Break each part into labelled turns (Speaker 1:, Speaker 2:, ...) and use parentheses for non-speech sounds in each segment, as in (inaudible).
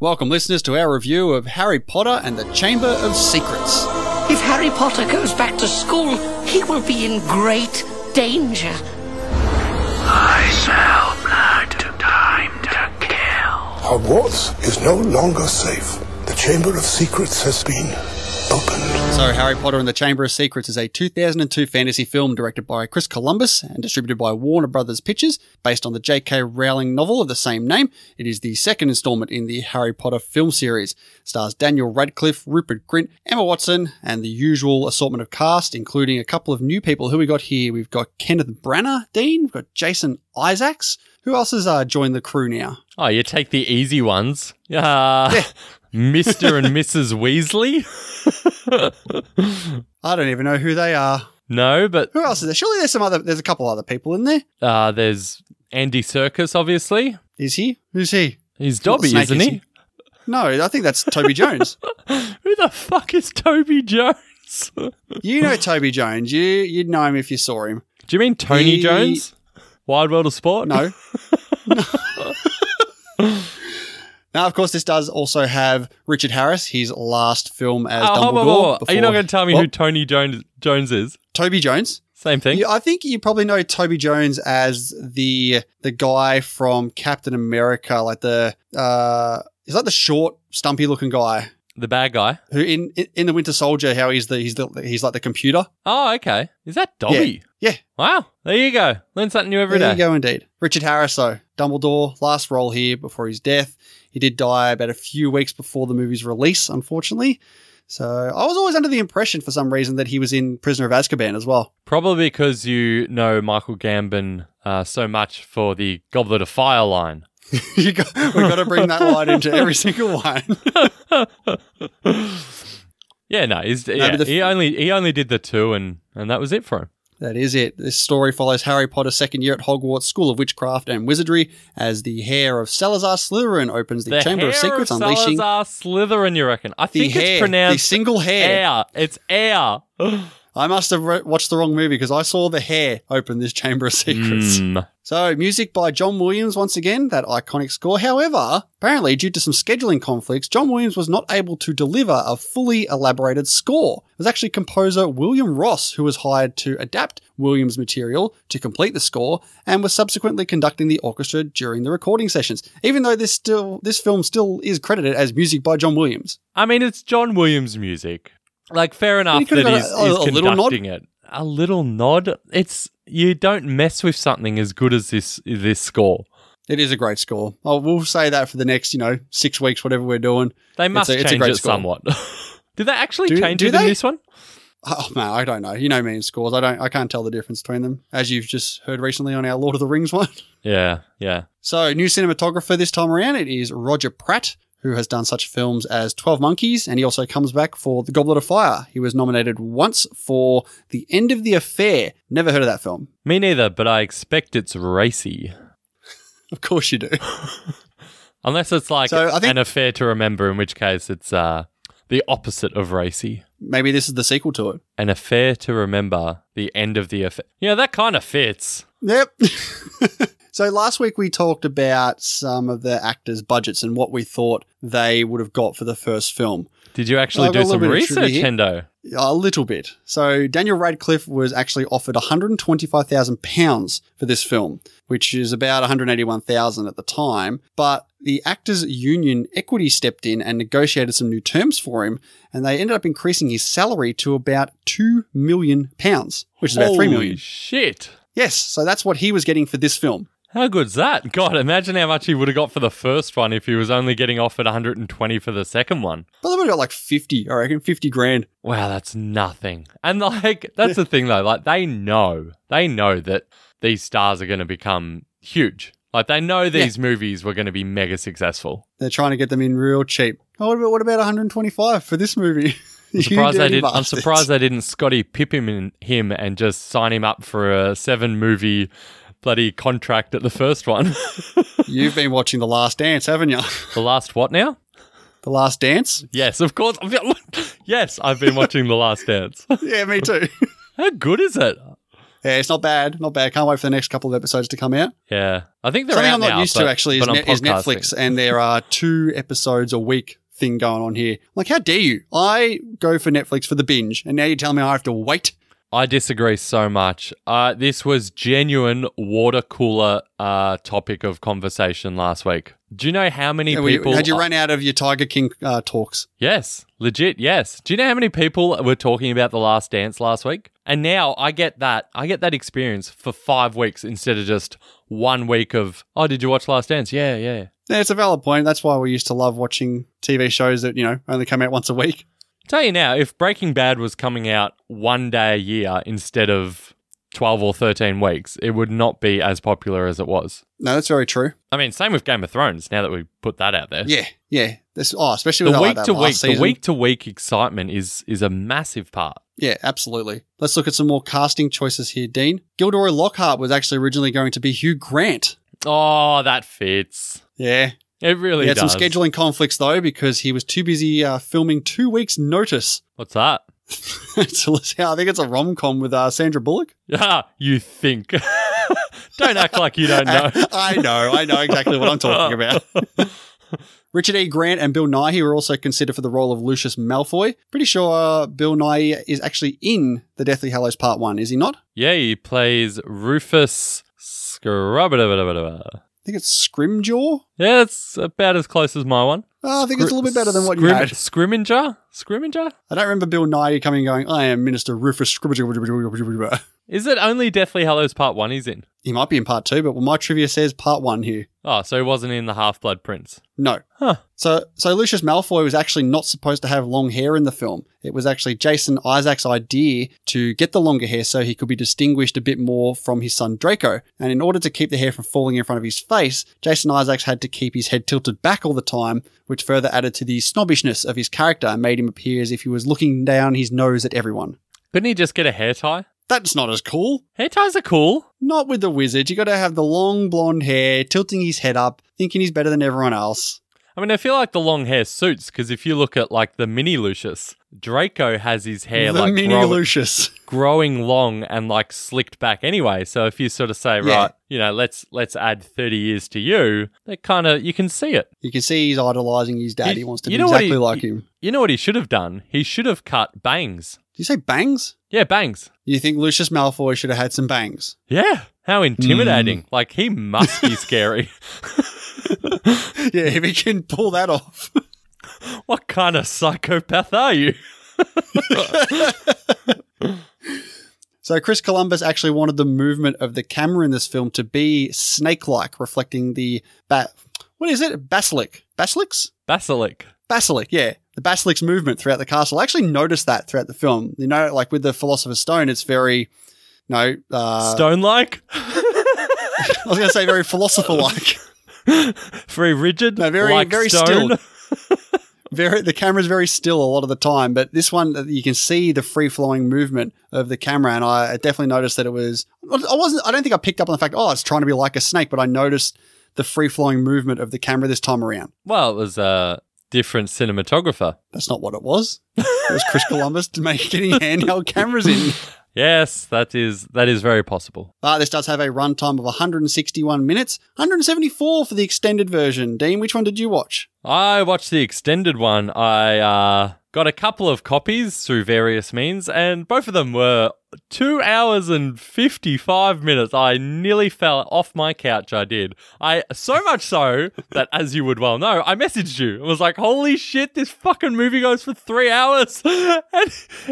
Speaker 1: Welcome, listeners, to our review of Harry Potter and the Chamber of Secrets.
Speaker 2: If Harry Potter goes back to school, he will be in great danger.
Speaker 3: I smell blood. Time to kill.
Speaker 4: Hogwarts is no longer safe. The Chamber of Secrets has been opened.
Speaker 1: So, Harry Potter and the Chamber of Secrets is a 2002 fantasy film directed by Chris Columbus and distributed by Warner Brothers Pictures, based on the J.K. Rowling novel of the same name. It is the second installment in the Harry Potter film series. It stars Daniel Radcliffe, Rupert Grint, Emma Watson, and the usual assortment of cast, including a couple of new people who we got here. We've got Kenneth Branagh, Dean, we've got Jason Isaacs. Who else has uh, joined the crew now?
Speaker 5: Oh, you take the easy ones. (laughs) Ah, Mr. and Mrs. Weasley? (laughs)
Speaker 1: I don't even know who they are.
Speaker 5: No, but
Speaker 1: Who else is there? Surely there's some other. There's a couple other people in there.
Speaker 5: uh, there's Andy Circus, obviously.
Speaker 1: Is he? Who's he?
Speaker 5: He's
Speaker 1: Not the
Speaker 5: Dobby,
Speaker 1: snake,
Speaker 5: isn't
Speaker 1: is
Speaker 5: he?
Speaker 1: No, I think that's Toby
Speaker 5: (laughs)
Speaker 1: Jones.
Speaker 5: Who the fuck is Toby Jones? (laughs) Do
Speaker 1: You know Toby Jones. You you'd know him if you saw him.
Speaker 5: you mean Tony
Speaker 1: He-
Speaker 5: Jones? Wide World of Sport? (laughs)
Speaker 1: No. now, of course, this does also have Richard Harris, his last film as
Speaker 5: Oh,
Speaker 1: Dumbledore.
Speaker 5: whoa, whoa, whoa, whoa. Are you
Speaker 1: before-
Speaker 5: not going to tell me who
Speaker 1: Well,
Speaker 5: Tony Jones Jones is?
Speaker 1: Toby Jones?
Speaker 5: Same thing.
Speaker 1: You- I think you probably know Toby Jones as the the guy from Captain America, like the uh, he's like the short, stumpy looking guy
Speaker 5: The bad guy.
Speaker 1: who in in- in the Winter Soldier, how he's the he's the he's like the computer.
Speaker 5: Oh, okay. Is that Dobby?
Speaker 1: Yeah.
Speaker 5: Wow. There you go. Learn something new every day.
Speaker 1: there you go, indeed. Richard Harris, though, Dumbledore, last role here before his death. He did die about a few weeks before the movie's release, unfortunately. So I was always under the impression, for some reason, that he was in Prisoner of Azkaban as well. (laughs)
Speaker 5: Probably because you know Michael Gambon uh, so much for the Goblet of Fire line.
Speaker 1: you got, we've got to bring that line into every single one. (laughs)
Speaker 5: yeah, no, he's, yeah,
Speaker 1: but the
Speaker 5: he only he only did the two, and and that was it for him.
Speaker 1: That is it. This story follows Harry Potter's second year at Hogwarts School of Witchcraft and Wizardry as the hair of Salazar Slytherin opens the, Chamber of
Speaker 5: hair
Speaker 1: Secrets,
Speaker 5: of
Speaker 1: unleashing
Speaker 5: Salazar Slytherin. You reckon? I
Speaker 1: the
Speaker 5: think
Speaker 1: hair,
Speaker 5: it's
Speaker 1: the
Speaker 5: pronounced
Speaker 1: single hair.
Speaker 5: air. It's air.
Speaker 1: I must have re- watched the wrong movie because I saw the hair open this Chamber of Secrets.
Speaker 5: Mm.
Speaker 1: So, music by John Williams once again, that iconic score. However, apparently, due to some scheduling conflicts, John Williams was not able to deliver a fully elaborated score. It was actually composer William Ross who was hired to adapt Williams' material to complete the score and was subsequently conducting the orchestra during the recording sessions, even though this still this film still is credited as music by John Williams.
Speaker 5: I mean, it's John Williams' music. Like, fair enough
Speaker 1: could have
Speaker 5: that
Speaker 1: got
Speaker 5: he's,
Speaker 1: a- a-
Speaker 5: he's
Speaker 1: a little nod.
Speaker 5: conducting it. A little nod. It's you don't mess with something as good as this this score.
Speaker 1: It is a great score. I will say that for the next, you know, six weeks, whatever we're doing.
Speaker 5: They must
Speaker 1: a- it's a
Speaker 5: change
Speaker 1: great
Speaker 5: it
Speaker 1: score.
Speaker 5: somewhat. (laughs) Did they actually
Speaker 1: Do-
Speaker 5: change
Speaker 1: do
Speaker 5: it
Speaker 1: they?
Speaker 5: in this one?
Speaker 1: Oh man, I don't know. You know me and scores. I don't. I can't tell the difference between them, as you've just heard recently on our Lord of the Rings (laughs) one.
Speaker 5: Yeah, yeah.
Speaker 1: So, new cinematographer this time around. It is Roger Pratt, who has done such films as Twelve Monkeys, and he also comes back for The Goblet of Fire. He was nominated once for The End of the Affair. Never heard of that film.
Speaker 5: Me neither, but I expect it's racy.
Speaker 1: Of course you do. (laughs)
Speaker 5: Unless it's like
Speaker 1: So, I think-
Speaker 5: an affair to remember, in which case it's uh, the opposite of racy.
Speaker 1: Maybe this is the sequel to it.
Speaker 5: An affair to remember, the end of the affair. Yeah, that kind of fits.
Speaker 1: Yep. so last week we talked about some of the actors' budgets and what we thought they would have got for the first film.
Speaker 5: Did you actually
Speaker 1: I've got
Speaker 5: do
Speaker 1: a little
Speaker 5: some
Speaker 1: bit of trivia
Speaker 5: research,
Speaker 1: here.
Speaker 5: Hendo?
Speaker 1: A little bit. So Daniel Radcliffe was actually offered 125,000 pounds for this film, which is about 181,000 at the time. But the Actors Union Equity stepped in and negotiated some new terms for him, and they ended up increasing his salary to about 2 million pounds, which is about 3
Speaker 5: Holy
Speaker 1: million.
Speaker 5: shit.
Speaker 1: Yes, so that's what he was getting for this film.
Speaker 5: How good's that? God, imagine how much he would have got for the first one if he was only getting offered 120 for the second one.
Speaker 1: But they would have got like 50, I reckon, 50 grand.
Speaker 5: Wow, that's nothing. And like that's the thing though, like they know. They know that these stars are gonna become huge. Like they know these movies were gonna be mega successful.
Speaker 1: They're trying to get them in real cheap. Oh, what about, what about 125 for this movie? (laughs)
Speaker 5: I'm surprised they didn't I'm surprised they didn't Scotty pip him in, him and just sign him up for a seven movie bloody contract at the first one. (laughs)
Speaker 1: You've been watching The Last Dance, haven't you?
Speaker 5: the last what now?
Speaker 1: (laughs) The Last
Speaker 5: (laughs)
Speaker 1: Dance?
Speaker 5: Yes, of course. yes, I've been watching The Last Dance. (laughs)
Speaker 1: Yeah, me too.
Speaker 5: How good is it?
Speaker 1: (laughs) Yeah, it's not bad. Not bad. Can't wait for the next couple of episodes to come out.
Speaker 5: Yeah, I think they're
Speaker 1: Something
Speaker 5: out
Speaker 1: I'm not
Speaker 5: now,
Speaker 1: used
Speaker 5: but-
Speaker 1: to actually is,
Speaker 5: but on
Speaker 1: Net- is
Speaker 5: podcasting.
Speaker 1: Netflix, and
Speaker 5: (laughs)
Speaker 1: there are two episodes a week thing going on here. Like, how dare you? I go for Netflix for the binge, and now you're telling me I have to wait.
Speaker 5: I disagree so much. Uh, this was genuine water cooler uh, topic of conversation last week. Do you know how many
Speaker 1: Had
Speaker 5: people? Oh. Uh,
Speaker 1: you, had you run out of your Tiger King uh, talks?
Speaker 5: yes, legit. Yes. Do you know how many people were talking about the Last Dance last week? And now I get that. I get that experience for five weeks instead of just one week of. Oh, did you watch Last Dance? Yeah, yeah.
Speaker 1: Yeah, it's a valid point. That's why we used to love watching TV shows that you know only come out once a week.
Speaker 5: Tell you now, if Breaking Bad was coming out one day a year instead of twelve or thirteen weeks, it would not be as popular as it was.
Speaker 1: No, that's very true.
Speaker 5: I mean, same with Game of Thrones. Now that we put that out there,
Speaker 1: Yeah, yeah. This oh, especially
Speaker 5: the
Speaker 1: with
Speaker 5: week
Speaker 1: I like that
Speaker 5: to
Speaker 1: last
Speaker 5: week,
Speaker 1: season.
Speaker 5: the week to week excitement is is a massive part.
Speaker 1: Yeah, absolutely. Let's look at some more casting choices here, Dean. Gilderoy Lockhart was actually originally going to be Hugh Grant.
Speaker 5: Oh, that fits.
Speaker 1: Yeah,
Speaker 5: It really
Speaker 1: he had
Speaker 5: does.
Speaker 1: some scheduling conflicts though because he was too busy uh, filming two weeks' notice. (laughs)
Speaker 5: What's that?
Speaker 1: So let's- I think it's a rom com with uh, Sandra Bullock.
Speaker 5: Yeah, Ah, you think? (laughs) don't act like you
Speaker 1: (laughs)
Speaker 5: don't know.
Speaker 1: I know, I know exactly what I'm talking about.
Speaker 5: (laughs)
Speaker 1: Richard E. Grant and Bill Nighy were also considered for the role of Lucius Malfoy. Pretty sure uh, Bill Nighy is actually in The Deathly Hallows Part One, is he not? I
Speaker 5: yeah, he plays Rufus Scrub.
Speaker 1: think it's Scrimjaw.
Speaker 5: Yeah, it's about as close as my one.
Speaker 1: Oh, I think it's a little bit better than what you
Speaker 5: Scrim-
Speaker 1: had.
Speaker 5: Scriminger? Scriminger?
Speaker 1: I don't remember Bill Nighy coming and going, I am Minister Rufus Scribbage.
Speaker 5: Is it only Deathly Hallows Part 1 he's in?
Speaker 1: He might be in part two, but my trivia says part one here.
Speaker 5: Oh, so he wasn't in The Half Blood Prince.
Speaker 1: No.
Speaker 5: Huh.
Speaker 1: So, so Lucius Malfoy was actually not supposed to have long hair in the film. It was actually Jason Isaac's idea to get the longer hair so he could be distinguished a bit more from his son Draco. And in order to keep the hair from falling in front of his face, Jason Isaacs had to keep his head tilted back all the time, which further added to the snobbishness of his character and made him appear as if he was looking down his nose at everyone.
Speaker 5: Couldn't he just get a hair tie?
Speaker 1: That's not as cool.
Speaker 5: Hair ties are cool.
Speaker 1: Not with the wizard. You got to have the long blonde hair, tilting his head up, thinking he's better than everyone else.
Speaker 5: I mean, I feel like the long hair suits because if you look at like the mini Lucius, Draco has his hair
Speaker 1: the
Speaker 5: like
Speaker 1: mini
Speaker 5: grow-
Speaker 1: Lucius.
Speaker 5: growing long and like slicked back anyway. So if you sort of say,
Speaker 1: Yeah.
Speaker 5: right, you know, let's let's add thirty years to you, that kind of you can see it.
Speaker 1: You can see he's idolizing his dad.
Speaker 5: You-
Speaker 1: He wants to
Speaker 5: you
Speaker 1: be
Speaker 5: know what
Speaker 1: exactly
Speaker 5: he-
Speaker 1: like him. Did
Speaker 5: You know what he should have done? He should have cut bangs.
Speaker 1: you say bangs?
Speaker 5: Yeah, bangs.
Speaker 1: You think Lucius Malfoy should have had some bangs? (laughs)
Speaker 5: Yeah. How intimidating!
Speaker 1: Mm.
Speaker 5: Like he must be scary.
Speaker 1: yeah, if he can pull that off. (laughs)
Speaker 5: what kind of psychopath are you?
Speaker 1: So Chris Columbus actually wanted the movement of the camera in this film to be snake-like, reflecting the bat. What is it? Basilic. Basilics?
Speaker 5: Basilic.
Speaker 1: basilic yeah the basilic's movement throughout the castle i actually noticed that throughout the film you know like with the philosopher's stone it's very you know uh,
Speaker 5: Stone like?
Speaker 1: i was going to say very philosopher
Speaker 5: (laughs)
Speaker 1: like
Speaker 5: very rigid?
Speaker 1: No, very-
Speaker 5: like
Speaker 1: very
Speaker 5: stone?
Speaker 1: still.
Speaker 5: (laughs)
Speaker 1: very the camera's very still a lot of the time but this one uh, you can see the free flowing movement of the camera and i I definitely noticed that it was i wasn't i don't think i picked up on the fact oh it's trying to be like a snake but i noticed the free flowing movement of the camera this time around
Speaker 5: Well, it was a different cinematographer.
Speaker 1: that's not what it was it was
Speaker 5: (laughs)
Speaker 1: chris columbus to make getting handheld cameras in
Speaker 5: Yes, that is that is very possible.
Speaker 1: Uh, this does have a runtime of 161 minutes, 174 for the extended version. Dean, which one did you watch?
Speaker 5: I watched the extended one. I uh, got a couple of copies through various means, and both of them were two hours and fifty-five minutes. I nearly fell off my couch. I did. I so much so that, as you would well know, I messaged you. I was like, "Holy shit, this fucking movie goes for three hours," (laughs) and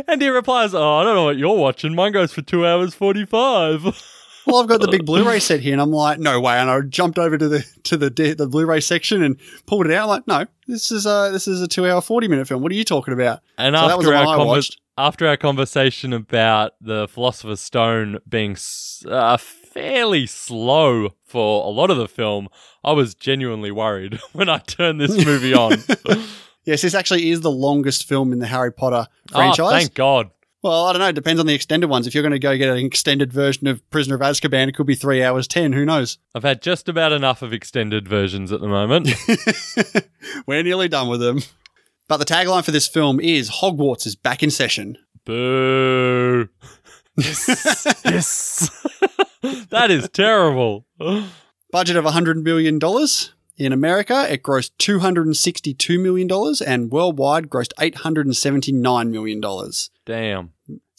Speaker 5: and he replies, "Oh, I don't know what you're watching. Mine goes for two hours forty-five. (laughs)
Speaker 1: Well, I've got the big Blu-ray set here, and I'm like, no way! And I jumped over to the to the di- the Blu-ray section and pulled it out. I'm like, no, this is a this is a two-hour, forty-minute film. What are you talking about?
Speaker 5: And
Speaker 1: So that was
Speaker 5: after
Speaker 1: the
Speaker 5: our
Speaker 1: one I
Speaker 5: conver-
Speaker 1: watched.
Speaker 5: after our conversation about the Philosopher's Stone being s- uh, fairly slow for a lot of the film, I was genuinely worried (laughs) when I turned this
Speaker 1: (laughs)
Speaker 5: movie on.
Speaker 1: Yes, this actually is the longest film in the Harry Potter
Speaker 5: Ah,
Speaker 1: franchise.
Speaker 5: thank God.
Speaker 1: well, I don't know. It depends on the extended ones. If you're going to go get an extended version of Prisoner of Azkaban, it could be three hours ten. Who knows?
Speaker 5: I've had just about enough of extended versions at
Speaker 1: (laughs)
Speaker 5: the moment.
Speaker 1: We're nearly done with them. But the tagline for this film is Hogwarts is back in session.
Speaker 5: Boo. yes. (laughs) that is terrible.
Speaker 1: Budget of $100 million. In America, it grossed $262 million and worldwide grossed $879 million. It's
Speaker 5: Damn.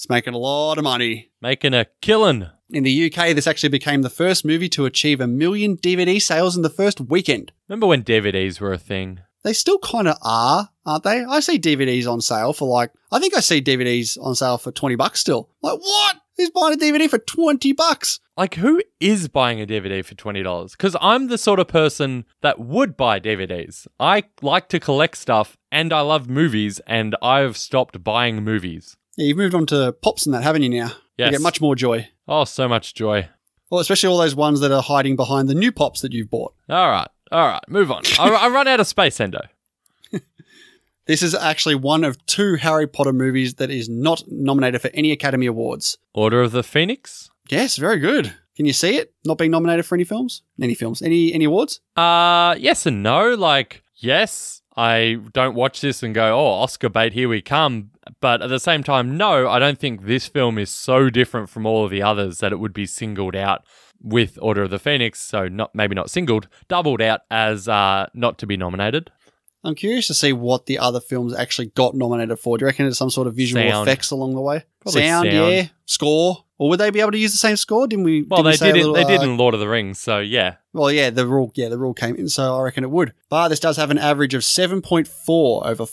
Speaker 1: making a lot of money.
Speaker 5: Making a killing.
Speaker 1: In the UK, this actually became the first movie to achieve a million DVD sales in the first weekend.
Speaker 5: Remember when DVDs were a thing?
Speaker 1: They still kind of are, aren't they? I see DVDs on sale for like, I think I see DVDs on sale for 20 bucks still. Like, what? Who's buying a DVD for 20 bucks?
Speaker 5: Like, who is buying a DVD for $20? Because I'm the sort of person that would buy DVDs. I like to collect stuff and I love movies and I've stopped buying movies.
Speaker 1: Yeah, you've moved on to pops and that, haven't you now? You
Speaker 5: Yes.
Speaker 1: get much more joy.
Speaker 5: Oh, so much joy.
Speaker 1: Well, especially all those ones that are hiding behind the new pops that you've bought.
Speaker 5: All right. All right. Move on. I, I run out of space, Endo.
Speaker 1: This is actually one of two Harry Potter movies that is not nominated for any Academy Awards.
Speaker 5: Order of the Phoenix?
Speaker 1: Yes, very good. Can you see it? Not being nominated for any films? Any films? Any any awards?
Speaker 5: Uh, yes and no. Like, yes, I don't watch this and go, oh, Oscar bait, here we come. But at the same time, no, I don't think this film is so different from all of the others that it would be singled out with Order of the Phoenix. So not maybe not singled, doubled out as uh, not to be nominated.
Speaker 1: I'm curious to see what the other films actually got nominated for. Do you reckon it's some sort of visual
Speaker 5: Sound.
Speaker 1: effects along the way?
Speaker 5: Probably sound.
Speaker 1: yeah. Score. Or would they be able to use the same score? Didn't we?
Speaker 5: Well,
Speaker 1: didn't we
Speaker 5: they
Speaker 1: say a
Speaker 5: did.
Speaker 1: little,
Speaker 5: it, they did
Speaker 1: uh,
Speaker 5: in Lord of the Rings. So yeah,
Speaker 1: Well, yeah, the rule, yeah, the rule came in, so I reckon it would. But this does have an average of 7.4 over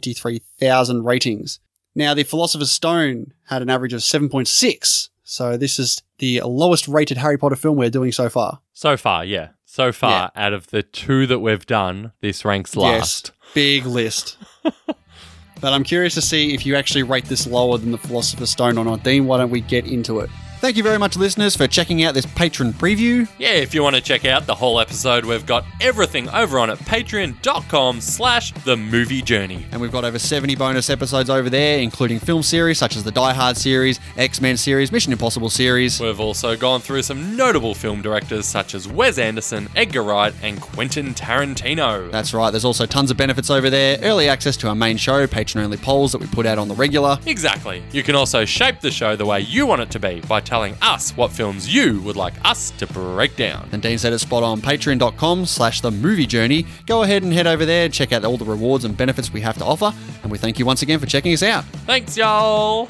Speaker 1: 523,000 ratings. Now, the Philosopher's Stone had an average of 7.6, so this is the lowest rated Harry Potter film we're doing so far.
Speaker 5: so far, yeah, so far out of the two that we've done, this ranks last.
Speaker 1: Yes, big list. but I'm curious to see if you actually rate this lower than the Philosopher's Stone or not. Dean, why don't we get into it? Thank you very much, listeners, for checking out this patron preview.
Speaker 5: Yeah, if you want to check out the whole episode, we've got everything over on at patreon.com slash the movie journey.
Speaker 1: And we've got over 70 bonus episodes over there, including film series such as the Die Hard series, X Men series, Mission Impossible series.
Speaker 5: We've also gone through some notable film directors such as Wes Anderson, Edgar Wright, and Quentin Tarantino.
Speaker 1: That's right, there's also tons of benefits over there early access to our main show, patron only polls that we put out on the regular.
Speaker 5: Exactly. You can also shape the show the way you want it to be by telling us what films you would like us to break down.
Speaker 1: And Dean said it's spot on patreon.com slash the movie journey. Go ahead and head over there, check out all the rewards and benefits we have to offer, and we thank you once again for checking us out.
Speaker 5: Thanks, y'all!